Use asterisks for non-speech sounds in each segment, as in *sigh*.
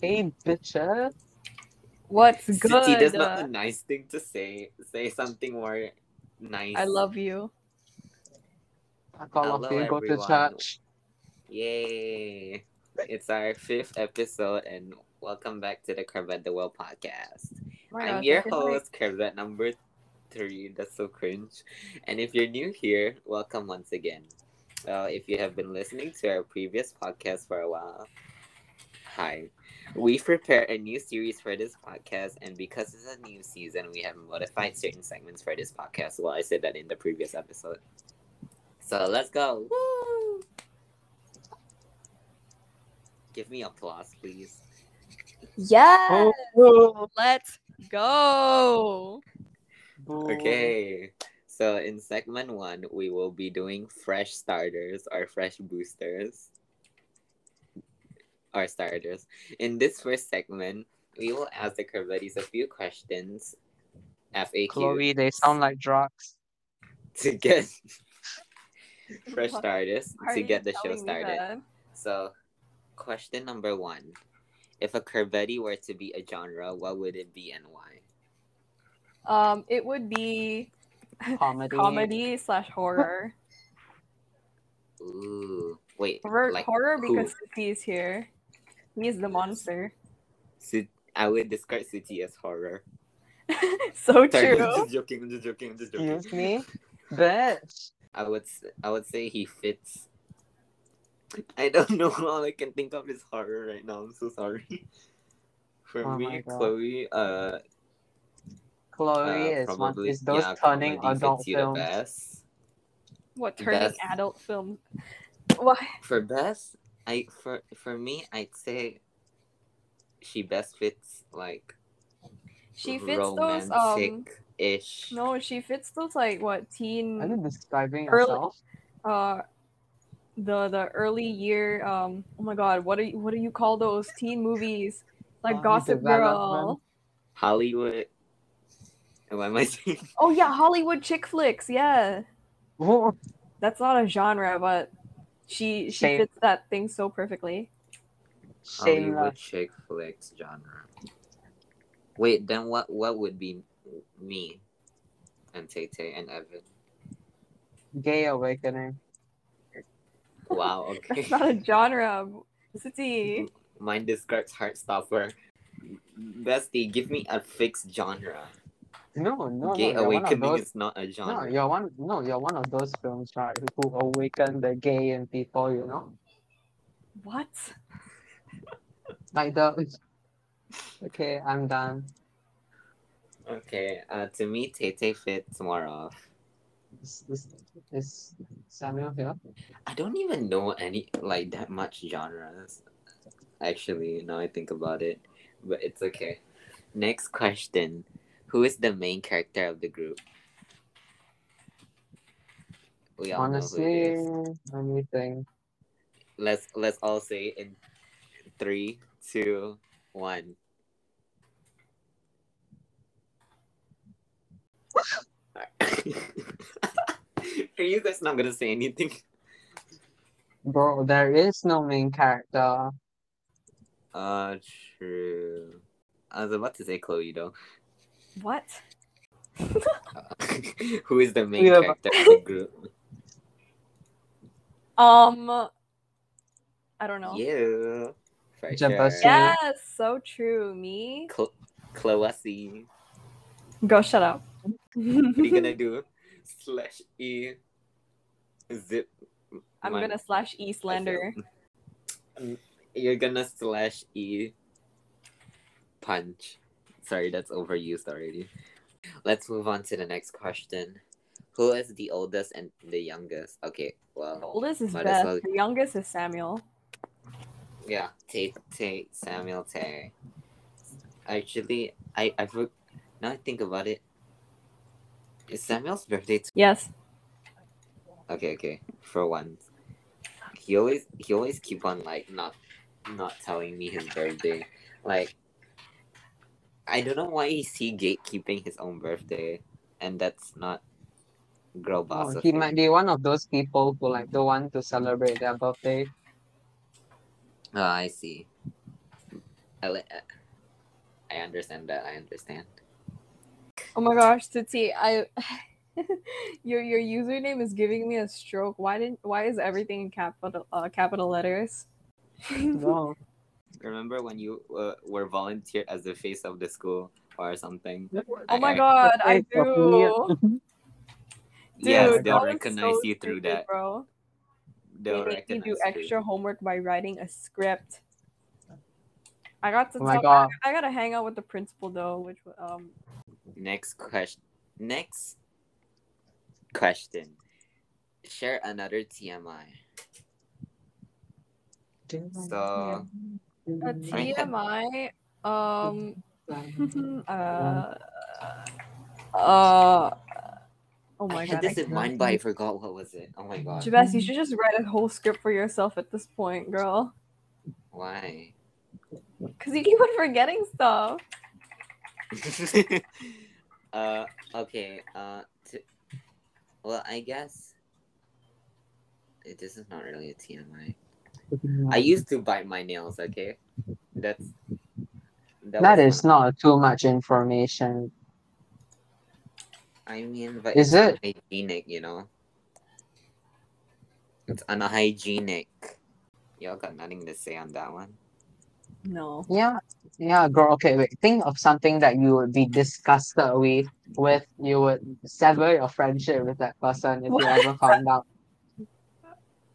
Hey, bitches. What's good? uh, City, that's not a nice thing to say. Say something more nice. I love you. Fuck all of Hello, you. Go to everyone. church. Yay! It's our fifth episode, and welcome back to the Curve at the Well podcast. I'm your host, Curve at number three. That's so cringe. And if you're new here, welcome once again. Well, if you have been listening to our previous podcast for a while, hi. We've prepared a new series for this podcast, and because it's a new season, we have modified certain segments for this podcast. Well, I said that in the previous episode. So let's go. Woo! Give me applause, please. Yeah. Oh, oh, Let's go. boo. Okay. So in segment one, we will be doing fresh starters or fresh boosters. Or starters. In this first segment, we will ask the Curvetties a few questions. FAQ Chloe, they sound like drugs. to *laughs* get fresh starters Why are to you get the show telling me started. that? So, question number one: If a Curvetti were to be a genre, what would it be and why? Um, it would be Comedy. comedy slash horror. Ooh, wait, Horror, like horror who? because City is here. He is the monster. *laughs* Su- I would describe City as horror. so Sorry, *laughs* true. I'm just joking. I'm just joking. I'm just joking. Excuse me? Bitch. I would s- I would say he fits. I don't *laughs* know. All I can think of is horror right now. I'm so sorry. *laughs* For Oh my me, God. Chloe, uh, Chloe uh is one probably is those yeah, turning comedy fits adult you the films. best. What turning That's- adult film? Why? For best, I for for me, I'd say she best fits like She fits those um. romantic ish. No, she fits those like what Are you teen describing Early- yourself? *laughs* uh the the early year um oh my god what do you what do you call those teen movies Oh, like Um, Gossip Girl development. Hollywood. Why am I *laughs* saying? oh yeah Hollywood chick flicks yeah Oh, Whoa. that's not a genre but she she Same. fits that thing so perfectly *laughs* Hollywood Shameless. chick flicks genre. Wait, then what? What would be me and Tay Tay and Evan? Gay awakening. Wow. *laughs* Okay. that's not *laughs* a genre Mm-hmm. city Mine describes Heartstopper. Bestie, give me a fixed genre. No, no, Gay no. You're one of Awakening those. is not a No, genre. you're one. No, you're one of those films, right? Who awaken the gay in people. You know, what like the. Okay, I'm done. okay. Uh, to me, Tay Tay fits more of. Is, is, is Samuel here? I don't even know any like that much genres. Actually, now I think about it, but it's okay. Next question: Who is the main character of the group? We all Honestly, know who it is. let me think. Let's let's all say in three, two, one. Are you guys not gonna say anything? Bro, there is no main character. Uh, true. I was about to say Chloe though. *laughs* what Who is the main Yeah, but- character of the *laughs* group? um I don't know You. For Jumper sure. suit. yes so true me Cl- Cloasi. go shut up What *laughs* are you gonna do? Slash E. Zip. I'm my- gonna slash E slander You're gonna slash E. Punch. Sorry, that's overused already. Let's move on to the next question. Who is the oldest and the youngest? Okay, The well, oldest is Might as Beth. well- The youngest is Samuel. Yeah, Tay Tay Samuel Tay. Actually, I I for, now I think about it. Is Samuel's birthday? T- Yes. okay, okay. For once, he always he always keep on like not not telling me his birthday. Like I don't know why is he gatekeeping his own birthday, and that's not girl boss. Oh, of he him. might be one of those people who like don't want to celebrate their birthday. Oh, I see. Ah, I, li- I understand that. I understand. Oh my gosh, Titi, I *laughs* your your username is giving me a stroke. Why didn't why is everything in capital uh, capital letters? No. Remember when you uh, were volunteered as the face of the school or something? Oh my I- god, I It's a do. Dude, yes, that they'll was recognize so you through stupid, that. Bro. They They'll make me recognize do extra homework by writing a script. I got to Oh my tell- God. I gotta hang out with the principal though, which um you. Next question. Next question. Share another TMI. *laughs* a So Frank had- TMI um uh, uh, oh I my had god. I this in mind, but I forgot what was it. Oh my god. Jabez, you should just write a whole script for yourself at this point, girl. Why? *laughs* Because you keep on forgetting stuff. uh, okay. Uh, t- well, I guess Eh, this is not really a TMI. I used to bite my nails. Okay, that's that, that was is not too much information. not. I mean, but Is it's hygienic? You know, it's unhygienic. Y'all got nothing to say on that one. No. Yeah, yeah, girl. Okay, wait. Think of something that you would be disgusted with. With you would sever your friendship with that person if What? you ever *laughs* found out.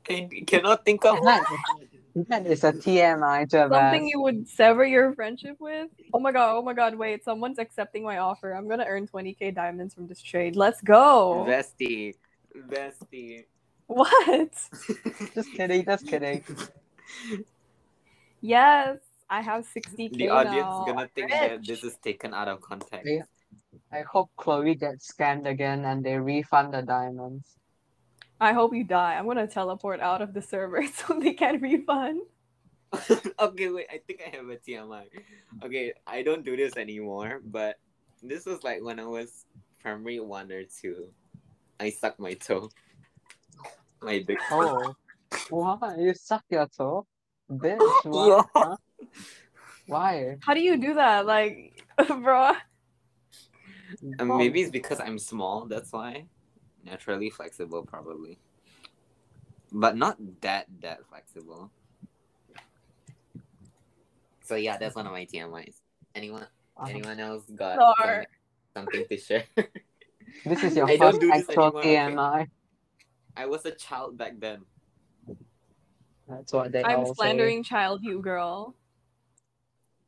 I cannot think *laughs* of That, that is a TMI, Something Jabez. you would sever your friendship with? Oh my god, oh my god, wait, someone's accepting my offer. I'm gonna earn 20k diamonds from this trade. Let's go. bestie, bestie. what? Just kidding. Just kidding. Yes, I have 60k. the audience now. is gonna think rich. that this is taken out of context. Yeah. I hope Chloe gets scammed again and they refund the diamonds. I hope you die. I'm gonna teleport out of the server *laughs* so they can refund. *laughs* okay, wait. I think I have a TMI. Okay, I don't do this anymore, but this was like when I was primary one or two. I sucked my toe. My dick. Oh, why you suck your toe, *laughs* bitch? Yeah. What? Huh? Why? How do you do that? Like, *laughs* bro. And maybe it's because I'm small. That's why. Naturally flexible, probably. But not that that flexible. So yeah, that's one of my TMIs. Anyone? Uh-huh. Anyone else got Sorry. some- something to share? *laughs* This is your I don't first do this actual anymore, okay? TMI. I was a child back then. That's what they all I'm say. slandering child you, girl.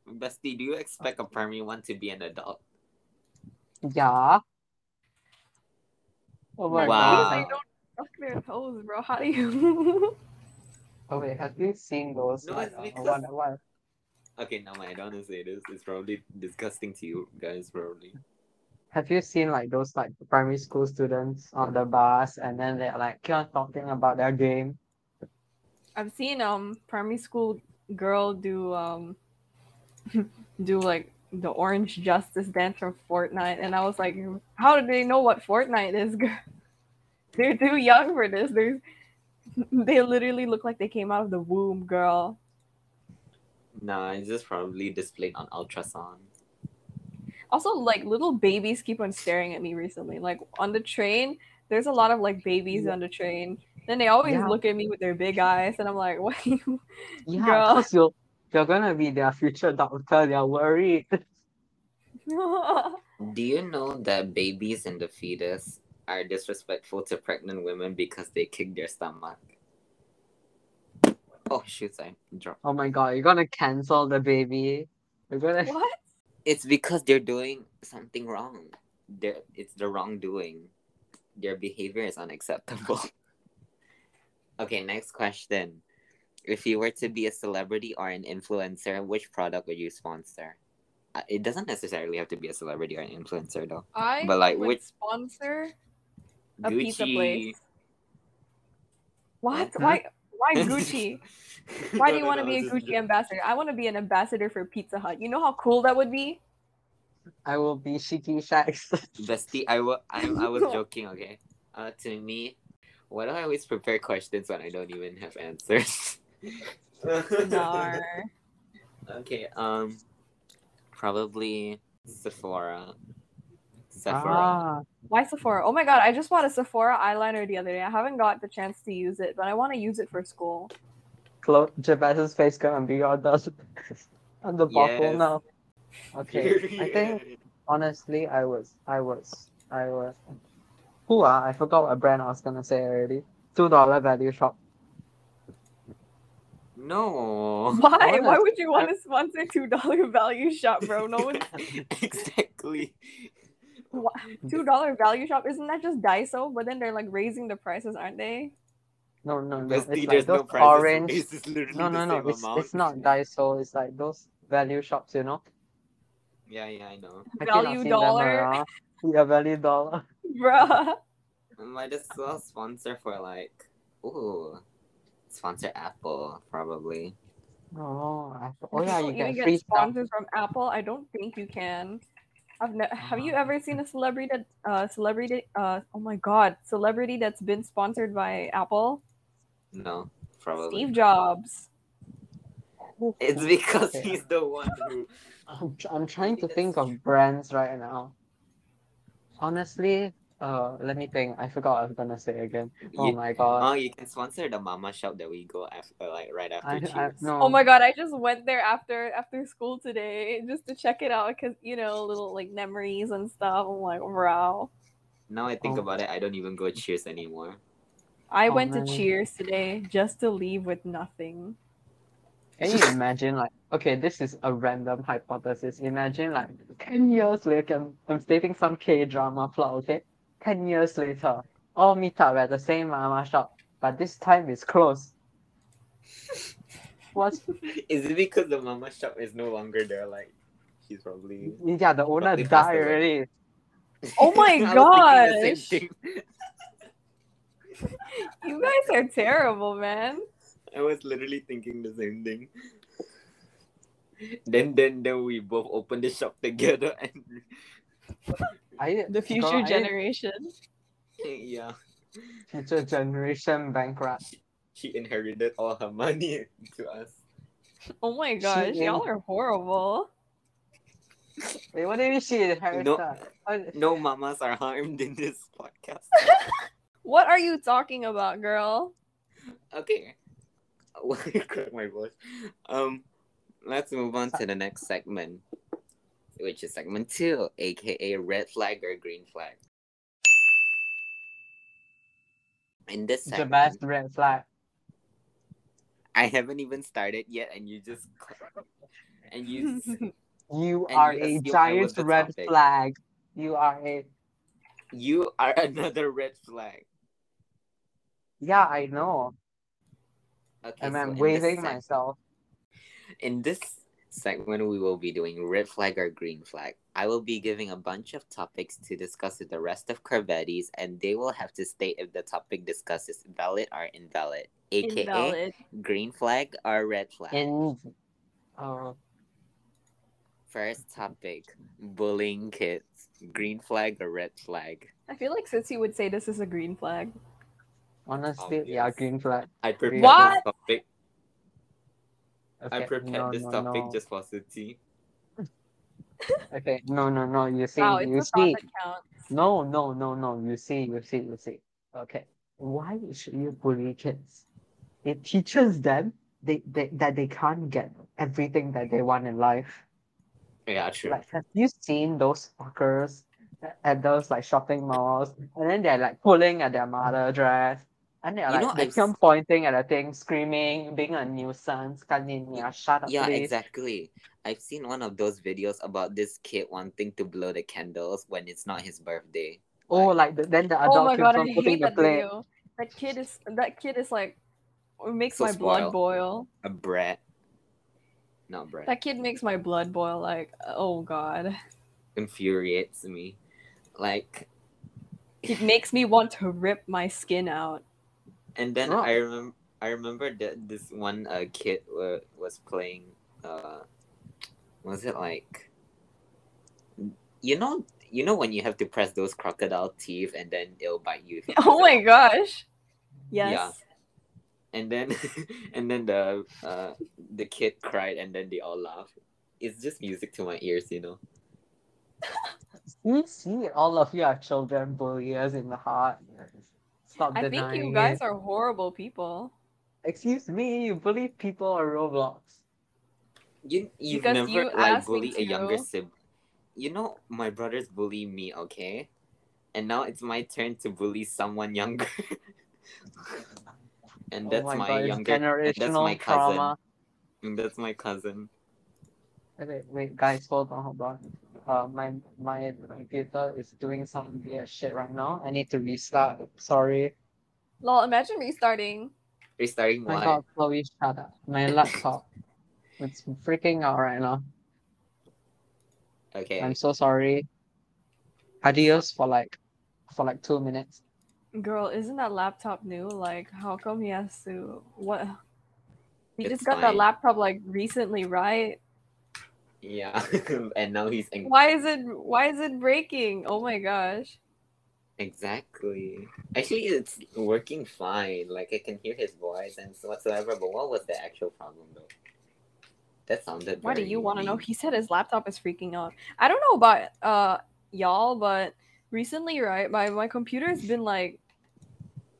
Bestie, do you expect a primary one to be an adult? Yeah. Oh my Like, Wow. Because they god. don't suck their toes, bro. How do you? *laughs* Oh wait, have you seen those? No, like, it's uh, because- what, what? Okay, no, I don't want to say this. It's probably disgusting to you guys, probably. Have you seen like those like primary school students on the bus and then they're like keep on talking about their game? I've seen um primary school girl do um *laughs* do like the orange justice dance from Fortnite, and I was like, how do they know what Fortnite is? girl? *laughs* They're too young for this. There's *laughs* they literally look like they came out of the womb, girl. Nah, it's just probably displayed on ultrasound. Also, like little babies keep on staring at me recently. Like on the train, there's a lot of like babies on the train. Then they always Yeah. look at me with their big eyes, and I'm like, *laughs* what? Yeah, Girl. because you're you're gonna be their future doctor, they're worried. Do you know that babies and the fetus are disrespectful to pregnant women because they kick their stomach? Oh, shoot, I dropped. Oh my god, you're gonna cancel the baby. You're gonna what? It's because they're doing something wrong. They're, it's the wrongdoing. Their behavior is unacceptable. *laughs* okay, next question. If you were to be a celebrity or an influencer, which product would you sponsor? Uh, It doesn't necessarily have to be a celebrity or an influencer, though. I But, like, would which- sponsor a pizza place. What? Huh? Why? *laughs* Why Gucci? Why No, do you no, want to no, be a it's just- Gucci ambassador? I want to be an ambassador for Pizza Hut. You know how cool that would be. I will be Shiki Shacks. Bestie, I wa- I, *laughs* I was joking, okay? Uh, to me, why do I *laughs* always *laughs* prepare questions when I don't even have answers? Nar. Okay, um, probably Sephora. Sephora. Ah, Why Sephora? Oh my god, I just bought a Sephora eyeliner the other day. I haven't got the chance to use it, but I want to use it for school. Clo- Jabez's face gonna be on the *laughs* on the bottle Yes. now. Okay, *laughs* I think honestly, I was, I was, I was. Who ah? I forgot what brand I was gonna say already. Two dollar value shop. no. Why? wanna- Why would you want to sponsor two dollar *laughs* value shop, bro? No *laughs* one *laughs* exactly. two dollar value shop isn't that just Daiso? But then they're like raising the prices, aren't they? No, no, no. Bestie, It's like there's those no prices. so orange. This is *laughs* literally No, no, the no. same It's, amount. it's not Daiso. It's like those value shops, you know. Yeah, yeah, I know. I think I've Value seen them dollar. *laughs* around. Yeah, value dollar. *laughs* Bruh. I might as well sponsor for like, ooh, sponsor Apple probably. Oh, I, oh *laughs* yeah, People you even get free stuff. *laughs* sponsors from Apple. I don't think you can. I've ne- have you ever seen a celebrity that uh celebrity uh oh my god celebrity that's been sponsored by Apple? No, probably. Steve Jobs. It's because Okay. he's the one *laughs* who. I'm, tr- I'm trying *laughs* to think of brands right now. Honestly, uh, let me think. I forgot what I was gonna say again. Oh You- my god. oh, you can sponsor the mama shop that we go after, like right after. I, I, Cheers. no. Oh my god, I just went there after after school today just to check it out because you know little like memories and stuff. I'm like, wow. Now I think Oh. about it, I don't even go Cheers anymore. *laughs* I Oh, went man. to Cheers today just to leave with *laughs* nothing. Can you imagine like okay, this is a random hypothesis. Imagine like ten years later I'm, I'm stating some K drama plot, okay? Ten years later, all meet up at the same mama shop, but this time it's closed. What's Is it because the mama shop is no longer there? Like, she's probably. yeah, the owner Probably passed died away. already. Oh my *laughs* I was thinking the gosh. same thing. You guys are terrible, man. I was literally thinking the same thing. *laughs* Then, then, then we both opened the shop together, *laughs* and I The girl, future I- generation. yeah, future generation bankrupt. she inherited all her money *laughs* to us. Oh my gosh, y'all Cheating. are horrible. Wait, what do you mean she inherited? No. that? What- No mamas are harmed in this podcast. What are you talking about, girl? Okay. *laughs* Crack my voice. Um, let's move on to the next segment, which is segment two, aka red flag or green flag. In this The segment, best red flag. I haven't even started yet, and you just and *laughs* *laughs* you You And are you a assume I was giant the red topic. flag. You are a you are another red flag. yeah, I know. Okay, And so in I'm this waving seg- myself. In this segment, we will be doing red flag or green flag. I will be giving a bunch of topics to discuss with the rest of Corvettis, and they will have to state if the topic discussed is valid or invalid, aka Invalid. green flag or red flag. In uh, First topic bullying kids. Green flag or red flag? I feel like Sissy would say this is a green flag. honestly, yeah, Obvious. green flag. I prepared What? this topic. I Okay, prepared no, this no, topic no. just for City. Okay, no, no, no. You see, Wow, Oh, it's you the see. thought that counts. No, no, no, no. You see, you see, you see. Okay. Why should you bully kids? It teaches them they, they that they can't get everything that they want in life. Yeah, true. Like, have you seen those fuckers at- at those like shopping malls? And then they're like pulling at their mother dress. And they're You like know, they I've come s- pointing at a thing, screaming, being a nuisance, Kaninya, shut up, Yeah, please. exactly. I've seen one of those videos about this kid wanting to blow the candles when it's not his birthday. Oh, like the, then the Oh adult my keeps god, on I putting hate the that plate. video. That kid is that kid is like it makes So my blood spoiled. boil. A brat. Not brat. That kid makes my blood boil. Like, oh god, Infuriates me. Like, it makes me want to rip my skin *laughs* out. and then Oh. I remember. I remember that this one uh, kid wa was playing. Uh, was it like, you know, you know when you have to press *laughs* those crocodile teeth and then it'll bite you. if you Oh press it my gosh. Yes. and then *laughs* and then the uh the kid cried and then they all laughed. It's just music to my ears, you know. See, see, all of you are children bullies in the heart. Stop I denying think you it. guys are horrible people Excuse me, you bully people on Roblox. You you've Because never you like asked me bully a younger to. sibling. You know my brothers bully me, okay? And now it's my turn to bully someone younger. *laughs* and that's oh my, my, god, younger it's generational and that's my cousin. trauma. And that's my cousin. Okay, wait, guys, hold on, hold on. Uh, my my computer is doing some weird shit right now. I need to restart. Sorry. lol imagine restarting Restarting My what? god, Chloe, shut up. My laptop. it's freaking out right now. Okay. I'm so sorry. Adios for like for like two minutes. girl isn't that laptop new like how come he has to what he It's just got that fine. laptop like recently right Yeah. *laughs* and now he's ang- why is it why is it breaking oh my gosh exactly. Actually, it's working fine. Like I can hear his voice and so whatsoever. But what was the actual problem though? That sounded. why do you want to know very- he said his laptop is freaking out i don't know about uh y'all but recently right my my computer's been like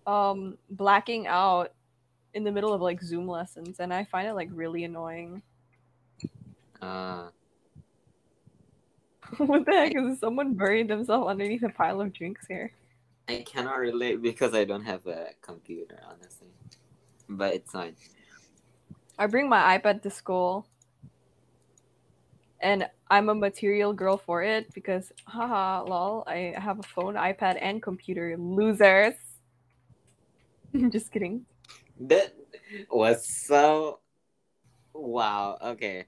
um blacking out in the middle of like zoom lessons and i find it like really annoying *laughs* Uh, what the heck is this? someone buried themselves underneath a pile of drinks here I cannot relate because I don't have a computer, honestly. But it's fine. I bring my iPad to school. And I'm a material girl for it because, haha, lol, I have a phone, iPad, and computer. Losers. *laughs* Just kidding. That was so. Wow. Okay.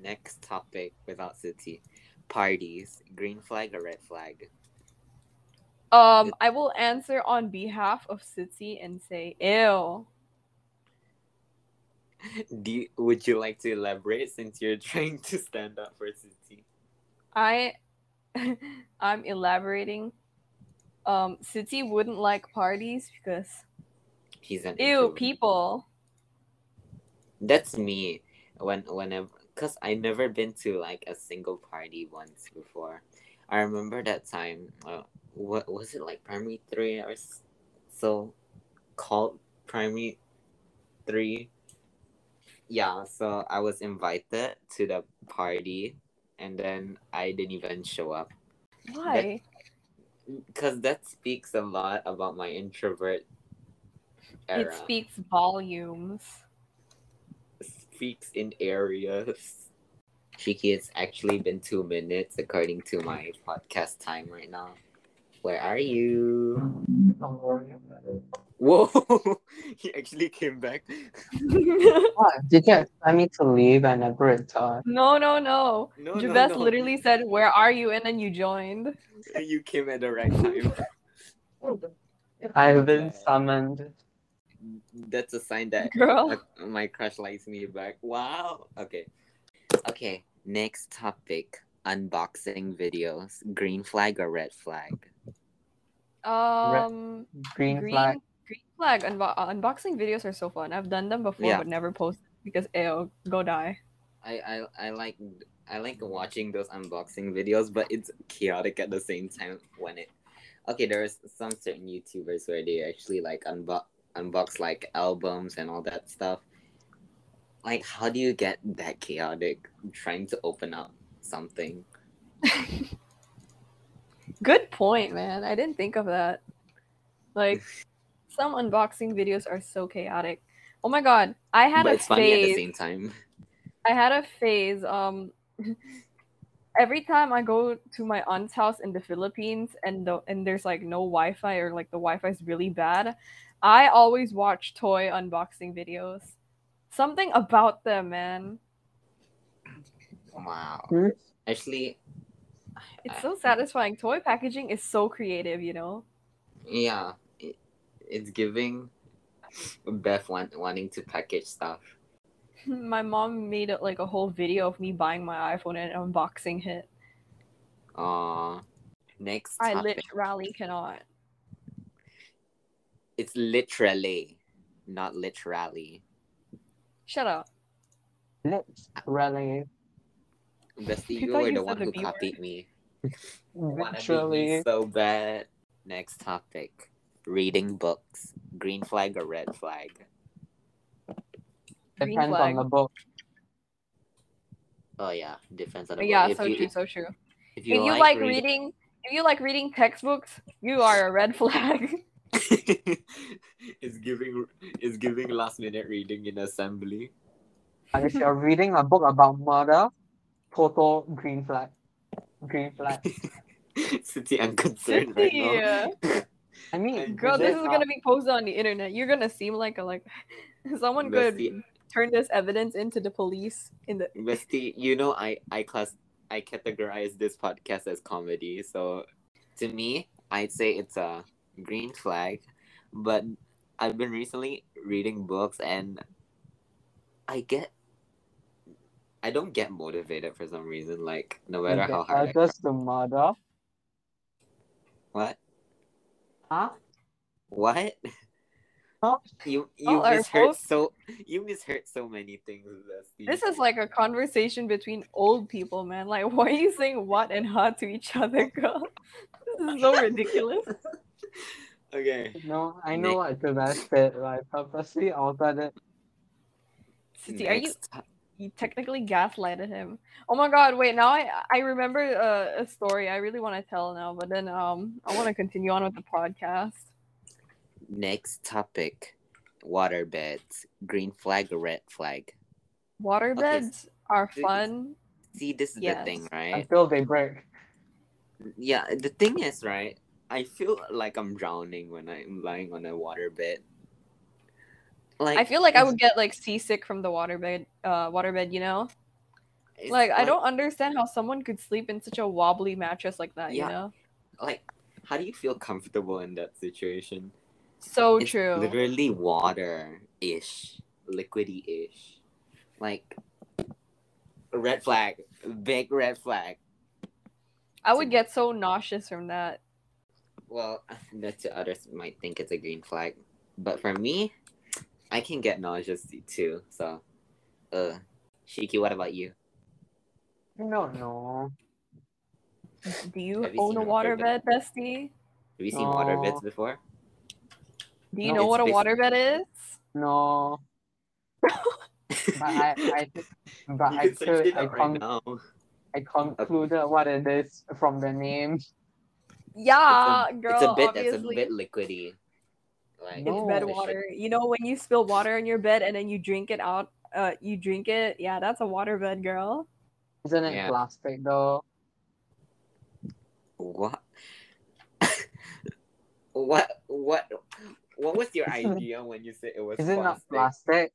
Next topic without city parties. Green flag or red flag? Um, I will answer on behalf of Sitsi and say, ew. Do you- would you like to elaborate since you're *laughs* trying to stand up for city? I, *laughs* I'm elaborating. Um, Sitsi wouldn't like parties because, He's an ew, introvert. people. That's me. When whenever, cause I never been to like a single party once before. I remember that time. Uh, what was it like? Primary three or s- so called primary three. Yeah. So I was invited to the party, and then I didn't even show up. Why? Cause that speaks a lot about my introvert. Era. It speaks volumes. *laughs* speaks in areas. Shiki, it's actually been two minutes according to my podcast time right now. Where are you? Don't worry about it. Whoa! *laughs* he actually came back. *laughs* What? Did you expect me to leave and never return? No, no, no. No, Jabez Oh, no, no. literally said, "Where are you?" and then you joined. You came at the right time. I've been Okay. summoned. That's a sign that Girl, uh, my crush likes me back. Wow. Okay. Okay. Next topic: unboxing videos. Green flag or red flag? *laughs* um, Green, green flag. green flag unbo- uh, unboxing videos are so fun. I've done them before, Yeah. but never posted because ew, go die. I, I I like I like watching those unboxing videos, but it's chaotic at the same time when it. Okay, there's some certain YouTubers where they actually like unbox unbox like albums and all that stuff. Like, how do you get that chaotic trying to open up something? Good point, man. I didn't think of that. *laughs* Like, some unboxing videos are so chaotic. Oh my god, I had but a it's funny at the phase- same time. I had a phase. Um, *laughs* every time I go to my aunt's house in the Philippines and the, and there's like no Wi-Fi or like the Wi-Fi is really bad, I always watch toy unboxing videos. Something about them, man. Wow. Hmm? Actually, It's so satisfying. Toy packaging is so creative, you know. *laughs* yeah, it, it's giving Beth want, wanting to package stuff. My mom made it like a whole video of me buying my iPhone and unboxing it. Aww. Next I topic. literally cannot. It's literally. not literally. Shut up. Let's rally. I Bestie, you thought were you the said one the who B word. copied me. Wanna be me Literally. so bad. Next topic. Reading books. Green flag or red flag? Green Depends on flag. the book. Oh yeah, depends on the yeah, book. so if you, true, so true. if if you like reading, *laughs* if you like reading textbooks, you are a red *laughs* flag. is giving is giving last minute reading in assembly. *laughs* And *laughs* if you're reading a book about murder, total green flag. Green flag. City, I'm concerned right now. Yeah. I mean, Girl, this legit, is uh, gonna be posted on the internet. You're gonna seem like a like *laughs* someone Bestie, could turn this evidence into the police in the Bestie, you know I I class I categorize this podcast as comedy, so to me I'd say it's a green flag, but I've been recently reading books and I get I don't get motivated for some reason. Like no matter okay, how hard I try. Others to uh, murder. what Huh? what Huh? you you All Oh, our misheard posts- so you misheard so many things. Bestie. This is like a conversation between old people, man. Like *laughs* why are you saying what and how to each other, *laughs* girl? This is so *laughs* ridiculous. okay. No, I know what the best fit, right? Purposely altered it. City, are you Next to- you technically gaslighted him. Oh my god, wait, now I I remember uh, a, a story I really want to tell now, but then um I want to continue on with the podcast. Next topic water beds. Green flag or red flag? Waterbeds beds are Please. fun. See, this is the thing, Yes. right? Until they break. Yeah, the thing is, right? I feel like I'm drowning when I'm lying on a water bed. Like I feel like I would get like seasick from the waterbed uh waterbed, you know? it's Like I don't understand how someone could sleep in such a wobbly mattress like that, Yeah. you know? like how do you feel comfortable in that situation? So It's true. Literally water ish, liquidy ish. Like red flag, big red flag. I would get so nauseous from that. Well, that to others might think it's a green flag, but for me, I can get nauseous too. So, uh, Shiki, what about you? No, no. Do you Have you own a seen a waterbed? waterbed, bestie? Have you seen water No. beds before? Do you No, know it's what a basi- waterbed is? No. But I, *laughs* I, but you I, can search could, it I, up right con- now. I concluded what it is from the name. Yeah, girl. it's a bit that's a obviously, bit liquidy. Like No. it's bed the shit- water. You know when you spill water in your bed and then you drink it out. Uh, you drink it. Yeah, that's a water bed, girl. Isn't it Yeah. plastic though? What? *laughs* what? What? What was your idea when you said it was? Is it not plastic? plastic?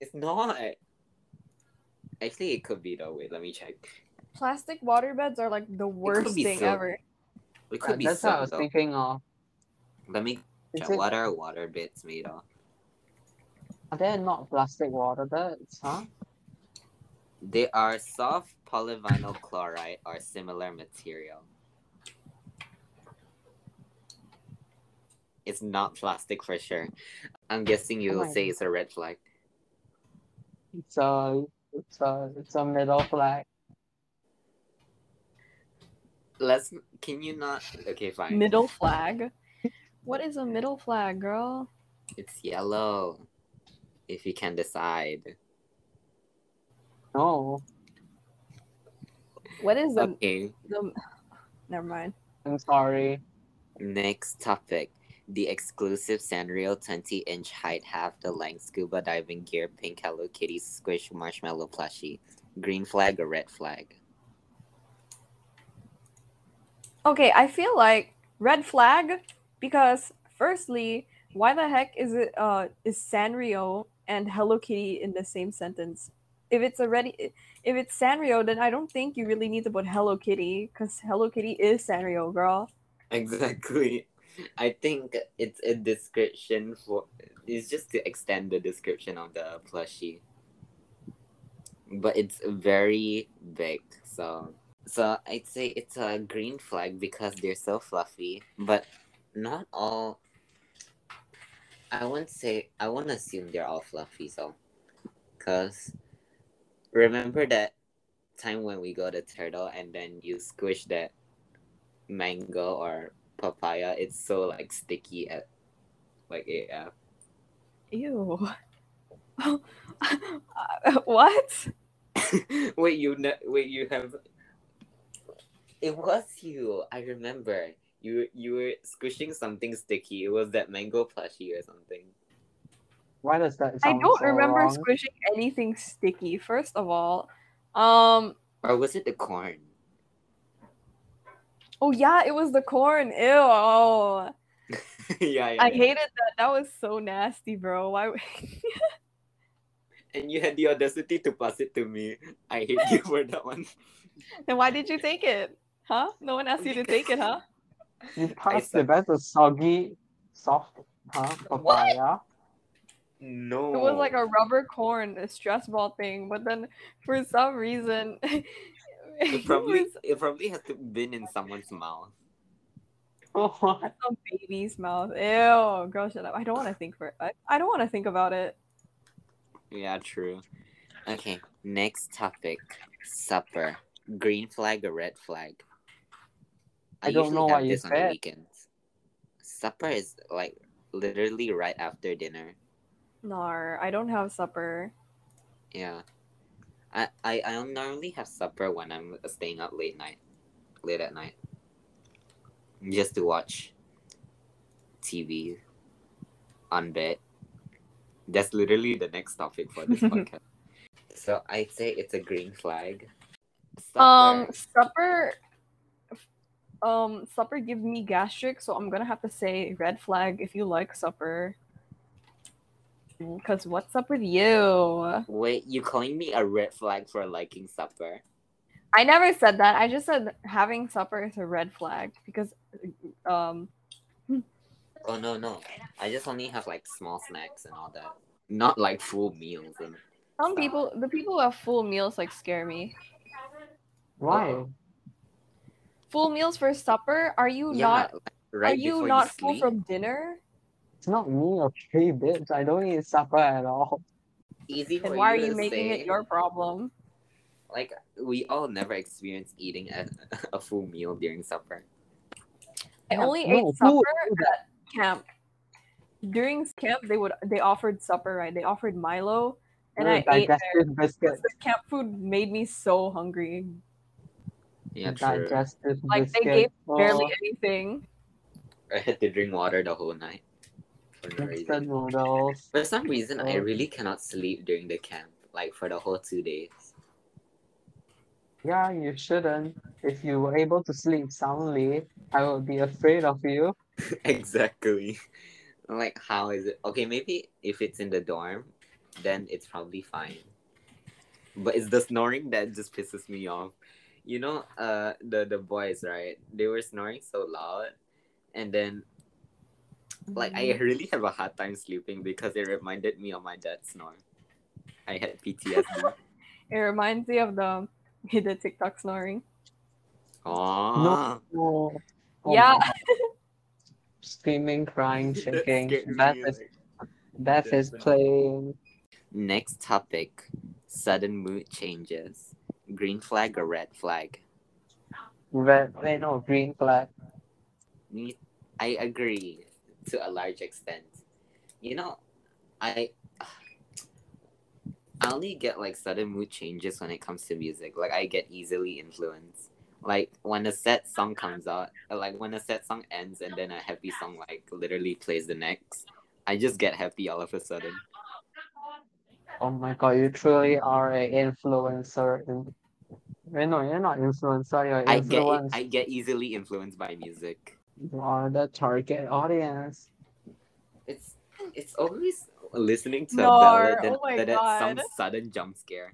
It's not. Actually, it could be though. Wait, let me check. Plastic water beds are like the worst be thing silk. ever. It could Uh, be That's what I some was though. thinking of. Let me Is check. it, What are water bits made of? are there not plastic water beds, huh? They are soft polyvinyl chloride or similar material. It's not plastic for sure. I'm guessing Oh you'll my say it's a red flag. It's a, it's a, it's a middle flag. Let's. Can you not? Okay, fine. Middle flag. What is a middle flag, girl? It's yellow. If you can decide. No, What is the Okay. the? Never mind. I'm sorry. Next topic. The exclusive Sanrio 20 inch height, half the length scuba diving gear, pink Hello Kitty squish marshmallow plushie. Green flag or red flag? Okay, I feel like red flag because firstly, why the heck is it uh is Sanrio and Hello Kitty in the same sentence? If it's already if it's Sanrio, then I don't think you really need to put Hello Kitty because Hello Kitty is Sanrio, girl. Exactly. I think it's a description for. It's just to extend the description of the plushie. But it's very big, so so I'd say it's a green flag because they're so fluffy. But not all. I won't say I won't assume they're all fluffy so cause remember that time when we got a turtle and then you squish that mango or papaya, it's so like sticky at like AF. Ew. *laughs* what? *laughs* wait, you ne- wait, you have. It was you. I remember you. You were squishing something sticky. It was that mango plushie or something. Why does that? I sound don't so remember wrong? squishing anything sticky. First of all, um. Or was it the corn? *laughs* Oh yeah, it was the corn. Ew. Oh, yeah, yeah. I yeah. hated that. That was so nasty, bro. Why? would- And you had the audacity to pass it to me. I hate you for that one. *laughs* then why did you take it? Huh? No one asked you to take it, *laughs* huh? You passed the said- best of soggy, soft, huh? Papaya. *laughs* *laughs* No. It was like Oh. a rubber corn, a stress ball thing. But then, for some reason, *laughs* It it probably was it probably has to been in someone's mouth. Oh, That's some baby's mouth. Ew, girl, shut up. I don't want to think for. I, I don't want to think about it. Yeah, true. Okay, next topic: supper. Green flag or red flag? I don't usually know have what you this on the said. weekends. Supper is like literally right after dinner. Nar, I don't have supper. Yeah, I I I normally have supper when I'm staying up late night, late at night, just to watch TV on bed. That's literally the next topic for *laughs* this podcast. So I'd say it's a green flag. Um, Supper. supper. Um, supper give me gastric, so I'm gonna have to say red flag if you like supper. Cause what's up with you? Wait, you calling me a red flag for liking supper? I never said that. I just said having supper is a red flag because, um, Oh no no. I just only have like small snacks and all that. Not like full meals and some people, the people who have full meals like scare me. why? full meals for supper are you Yeah, not like, right are you before not full sleep. from dinner It's not me, okay, bitch. I don't eat supper at all. Easy for and why are you to making say. it your problem like we all never experienced eating a, *laughs* a full meal during supper. i Yeah, only no, who ate would supper do at camp during camp they would they offered supper right they offered milo and Your i ate there digestive biscuit. because the camp food made me so hungry Yeah, true. digestive Like, they biscuit. gave oh, barely anything *laughs* I had to drink water the whole night. For instant no reason. noodles. For some reason, I Oh. really cannot sleep during the camp, like for the whole two days. *laughs* Yeah, you shouldn't. If you were able to sleep soundly, I would be afraid of you. exactly. *laughs* Like, how is it? Okay, maybe if it's in the dorm, then it's probably fine. But it's the snoring that just pisses me off. You know, uh, the the boys, right? They were snoring so loud, and then like I Mm-hmm. really have a hard time sleeping because it reminded me of my dad's snore. I had *laughs* PTSD. it reminds me of the *laughs* the tiktok snoring Oh, Oh, oh my yeah God. Screaming, crying, shaking. Beth is, Beth is Definitely. playing. Next topic: sudden mood changes. Green flag or red flag? Red, wait, no, green flag. Me- I agree to a large extent. You know, I I only get like sudden mood changes when it comes to music. Like I get easily influenced. Like when a sad song comes out, or, like when a sad song ends and then a happy song like literally plays the next, I just get happy all of a sudden. Oh my god, you truly are an influencer. In... Wait, no, you're not influencer, you're I get influenced. I get easily influenced by music. You are the target audience. It's it's always listening to Nar, a ballad that, oh my that has some God. sudden jump scare.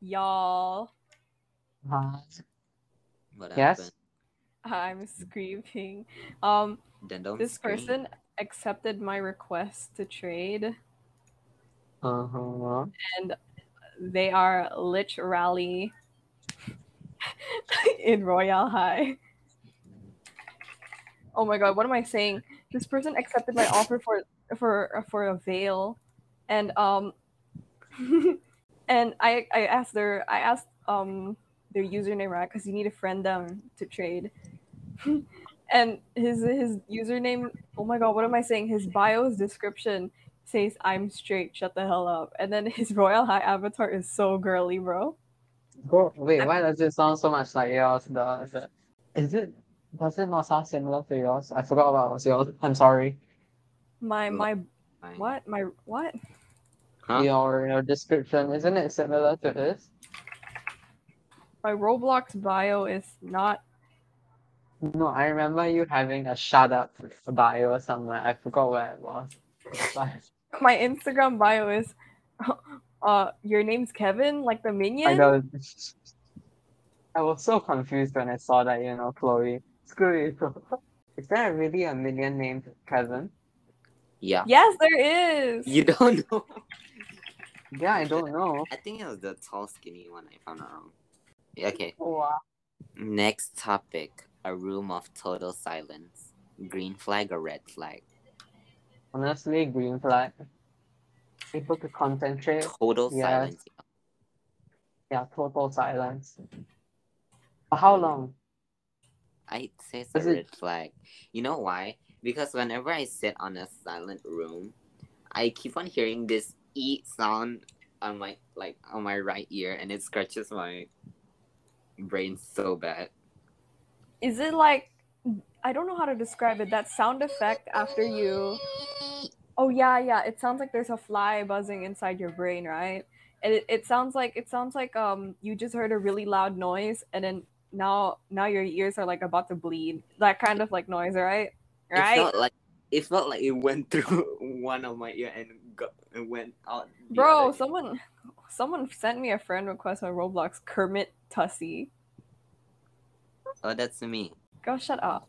y'all Uh, What yes. happened? i'm screaming um Then don't this scream. person accepted my request to trade Uh huh. and they are lich rally *laughs* in royale high oh my god what am i saying this person accepted my offer for for for a veil, and um, *laughs* and I I asked their I asked um their username right because you need to friend them to trade, *laughs* and his his username oh my god what am I saying his bio's description says I'm straight shut the hell up and then his *laughs* royal high avatar is so girly bro. Go wait, why does it sound so much like yours? The, the is it does it not sound similar to yours? I forgot about was yours. I'm sorry. My my Fine. what my what Huh? Your your description isn't it similar to his? my Roblox bio is not No, I remember you having a shut up bio somewhere. I forgot where it was. But my Instagram bio is *laughs* uh your name's Kevin like the minion. I know. I was so confused when I saw that. You know, Chloe. Screw you. *laughs* Is there really a million named Kevin? *laughs* Yeah. Yes, there is. You don't know. Yeah, I don't know. *laughs* I think it was the tall, skinny one, if I'm not wrong. Yeah, Okay. Wow. Next topic a room of total silence. Green flag or red flag? Honestly, green flag. People to concentrate. Total Yes. silence. Yeah, total silence. For how long? I'd say it's Is a it- red flag. You know why? Because whenever I sit on a silent room, I keep on hearing this e sound on my like on my right ear, and it scratches my brain so bad. Is it like I don't know how to describe it. That sound effect after you. Oh yeah, yeah. It sounds like there's a fly buzzing inside your brain, right? And it, it sounds like it sounds like um you just heard a really loud noise and then now now your ears are like about to bleed. That kind of like noise, right? It Right? felt like it felt like it went *laughs* through one of my ear and got and went out. the Bro, other ear. someone someone sent me a friend request on Roblox, Kermit Tussie. Oh, that's me. Go shut up.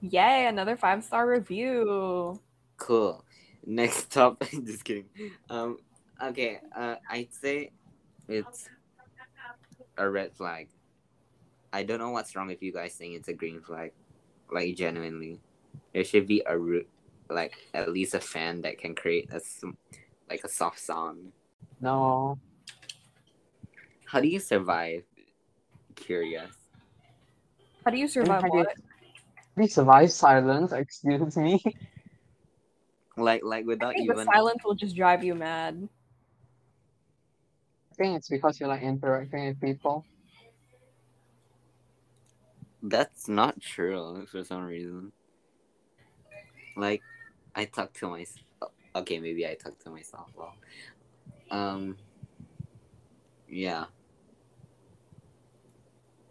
Yay, another five star review. Cool. Next *laughs* topic. Just kidding. Um. Okay. Uh, I'd say it's a red flag. I don't know what's wrong with you guys saying it's a green flag. Like genuinely, there should be a root, like at least a fan that can create a s- like a soft sound. No. How do you survive? Curious. How do you survive How do you- what? We survive silence, *laughs* excuse me. Like like I without think even the silence will just drive you mad. I think it's because you're like interacting with people. That's not true for some reason. Like, I talk to myself. Okay, maybe I talk to myself. Well, um, yeah.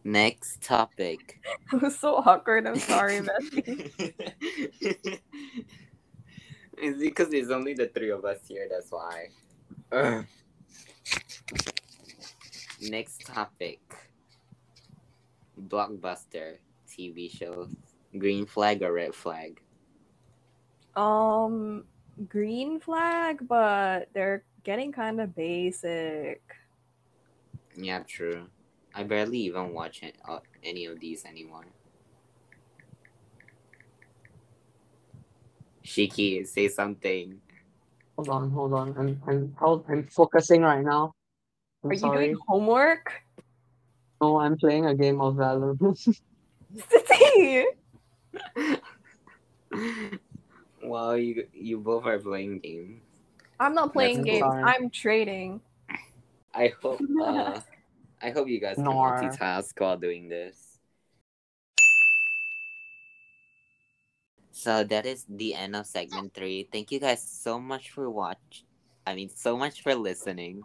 Next topic. *laughs* It was so awkward. I'm sorry, *laughs* Bessie. *laughs* it's because there's only the three of us here. That's why. Ugh. Next topic. Blockbuster TV shows. Green flag or red flag? Um, green flag, but they're getting kind of basic. Yeah, true. I barely even watch it, uh, any of these anymore. Shiki, say something. *laughs* Hold on, hold on. I'm I'm hold, I'm focusing right now. I'm Are you sorry. doing *laughs* homework? No, I'm playing a game of Valorant. *laughs* Sissy! wow, you you both are playing games. I'm not playing That's games. fine. I'm trading. I hope *laughs* uh, I hope you guys can Nor. multitask while doing this. So that is the end of segment three. Thank you guys so much for watch. I mean, so much for listening,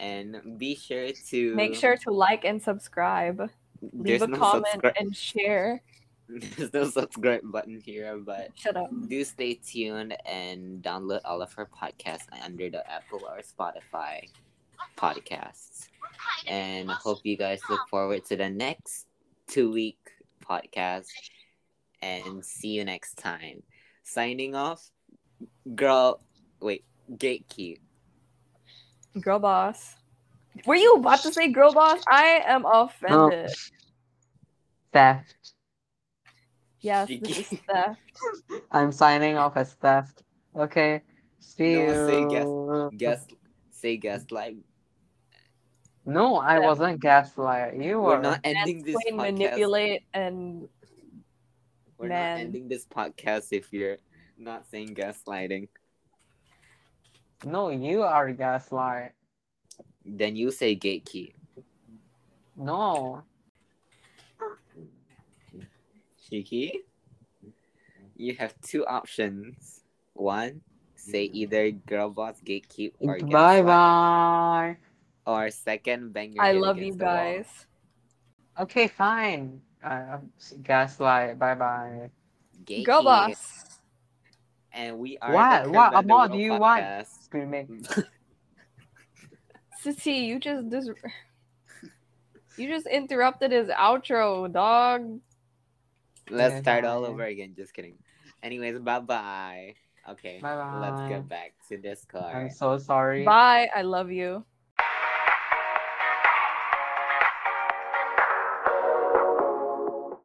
and be sure to Make sure to like and subscribe. Leave there's a no comment subscri- and share. *laughs* there's no subscribe button here, but Shut up. do stay tuned and download all of our podcasts under the Apple or Spotify podcasts. And I hope you guys look forward to the next two week podcast and see you next time. Signing off, girl. Wait, gatekeep. Girl boss. Were you about to say girl boss? I am offended. Theft. Yes, this is Shiki. theft. I'm signing off as theft. Okay. See No, say you. guess- Guess say gaslight. No, I Theft. wasn't gaslight. You We're were. not ending this Mansplain, podcast. manipulate, and We're man. not ending this podcast if you're not saying gaslighting. No, you are gaslight. Then you say gatekeep. No. Shiki, you have two options. One, say either girl boss gatekeep or Bye gaslight. bye. Or second, bang your I head love you against the wall. guys. Okay, fine. Uh, gaslight. Bye bye. Gatekeep. Girl boss. And we are. What? the What Curve and the more Roll do you want? podcast. Screaming. Sissy, you just dis- you just interrupted his outro, dog. Let's Yeah, start yeah, all yeah. over again. Just kidding. Anyways, bye bye. Okay, Bye bye. let's get back to Discord. I'm so sorry. Bye. I love you.